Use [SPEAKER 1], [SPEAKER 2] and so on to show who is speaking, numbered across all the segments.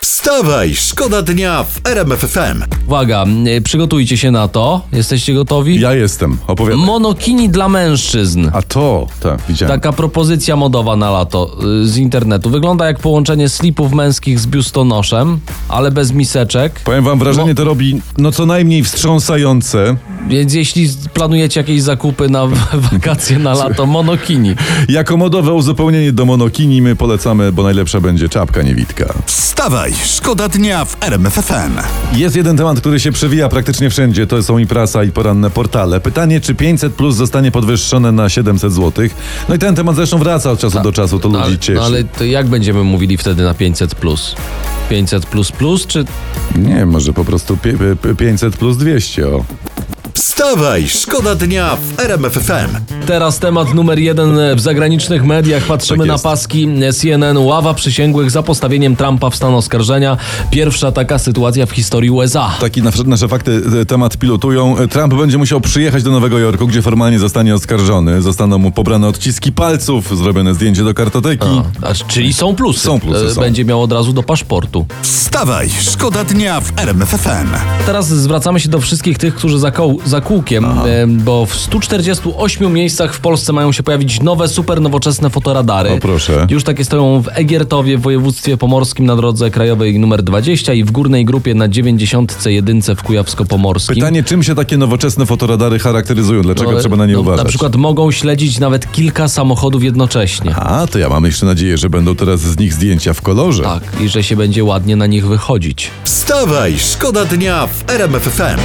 [SPEAKER 1] Wstawaj, szkoda dnia w RMFFM.
[SPEAKER 2] Uwaga, y, przygotujcie się na to. Jesteście gotowi?
[SPEAKER 3] Ja jestem, opowiadam.
[SPEAKER 2] Monokini dla mężczyzn.
[SPEAKER 3] A to, tak, widziałem.
[SPEAKER 2] Taka propozycja modowa na lato y, z internetu. Wygląda jak połączenie slipów męskich z biustonoszem, ale bez miseczek.
[SPEAKER 3] Powiem wam, wrażenie to robi, no co najmniej wstrząsające.
[SPEAKER 2] Więc jeśli planujecie jakieś zakupy na w- wakacje na lato, monokini.
[SPEAKER 3] Jako modowe uzupełnienie do monokini my polecamy, bo najlepsza będzie czapka niewitka.
[SPEAKER 1] Wstawaj, szkoda dnia w RMFFM.
[SPEAKER 3] Jest jeden temat, który się przewija praktycznie wszędzie, to są i prasa i poranne portale. Pytanie, czy 500 plus zostanie podwyższone na 700 zł? No i ten temat zresztą wraca od czasu do czasu, to ludzi
[SPEAKER 2] Ale,
[SPEAKER 3] cieszy.
[SPEAKER 2] Tak. no ale to jak będziemy mówili wtedy na 500 plus? 500 plus plus, czy
[SPEAKER 3] Nie, może po prostu pie, pie- 500 plus 200, o.
[SPEAKER 1] Wstawaj, szkoda dnia w RMFFM.
[SPEAKER 2] Teraz temat numer jeden w zagranicznych mediach. Patrzymy
[SPEAKER 3] Tak
[SPEAKER 2] na
[SPEAKER 3] jest.
[SPEAKER 2] paski CNN. Ława przysięgłych za postawieniem Trumpa w stan oskarżenia. Pierwsza taka sytuacja w historii USA.
[SPEAKER 3] Taki nasze, nasze fakty e, temat pilotują. E, Trump będzie musiał przyjechać do Nowego Jorku, gdzie formalnie zostanie oskarżony. Zostaną mu pobrane odciski palców, zrobione zdjęcie do kartoteki.
[SPEAKER 2] A, czyli są plusy.
[SPEAKER 3] Tak. Są plusy,
[SPEAKER 2] E,
[SPEAKER 3] są.
[SPEAKER 2] Będzie miał od razu do paszportu.
[SPEAKER 1] Wstawaj, szkoda dnia w RMFFM.
[SPEAKER 2] Teraz zwracamy się do wszystkich tych, którzy za, koł, za kółkiem, e, bo w 148 miejscach w Polsce mają się pojawić nowe, super nowoczesne fotoradary.
[SPEAKER 3] O, proszę.
[SPEAKER 2] Już takie stoją w Egiertowie w województwie pomorskim na drodze krajowej nr 20 i w górnej grupie na 91 w Kujawsko-Pomorskim.
[SPEAKER 3] Pytanie, czym się takie nowoczesne fotoradary charakteryzują? Dlaczego
[SPEAKER 2] No, ale-
[SPEAKER 3] trzeba na nie
[SPEAKER 2] no,
[SPEAKER 3] uważać?
[SPEAKER 2] Na przykład mogą śledzić nawet kilka samochodów jednocześnie.
[SPEAKER 3] A, to ja mam jeszcze nadzieję, że będą teraz z nich zdjęcia w kolorze.
[SPEAKER 2] Tak, i że się będzie ładnie na nich wychodzić.
[SPEAKER 1] Wstawaj, szkoda dnia w RMFFM.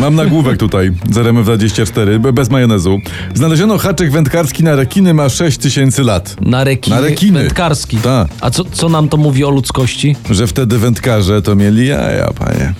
[SPEAKER 3] Mam nagłówek tutaj, z RMF24, be- bez majonezu. Znaleziono haczyk wędkarski na rekiny ma 6000 lat.
[SPEAKER 2] Na rekiny,
[SPEAKER 3] Na rekiny.
[SPEAKER 2] wędkarski.
[SPEAKER 3] Tak.
[SPEAKER 2] A co, co nam to mówi o ludzkości?
[SPEAKER 3] Że wtedy wędkarze to mieli jaja, panie.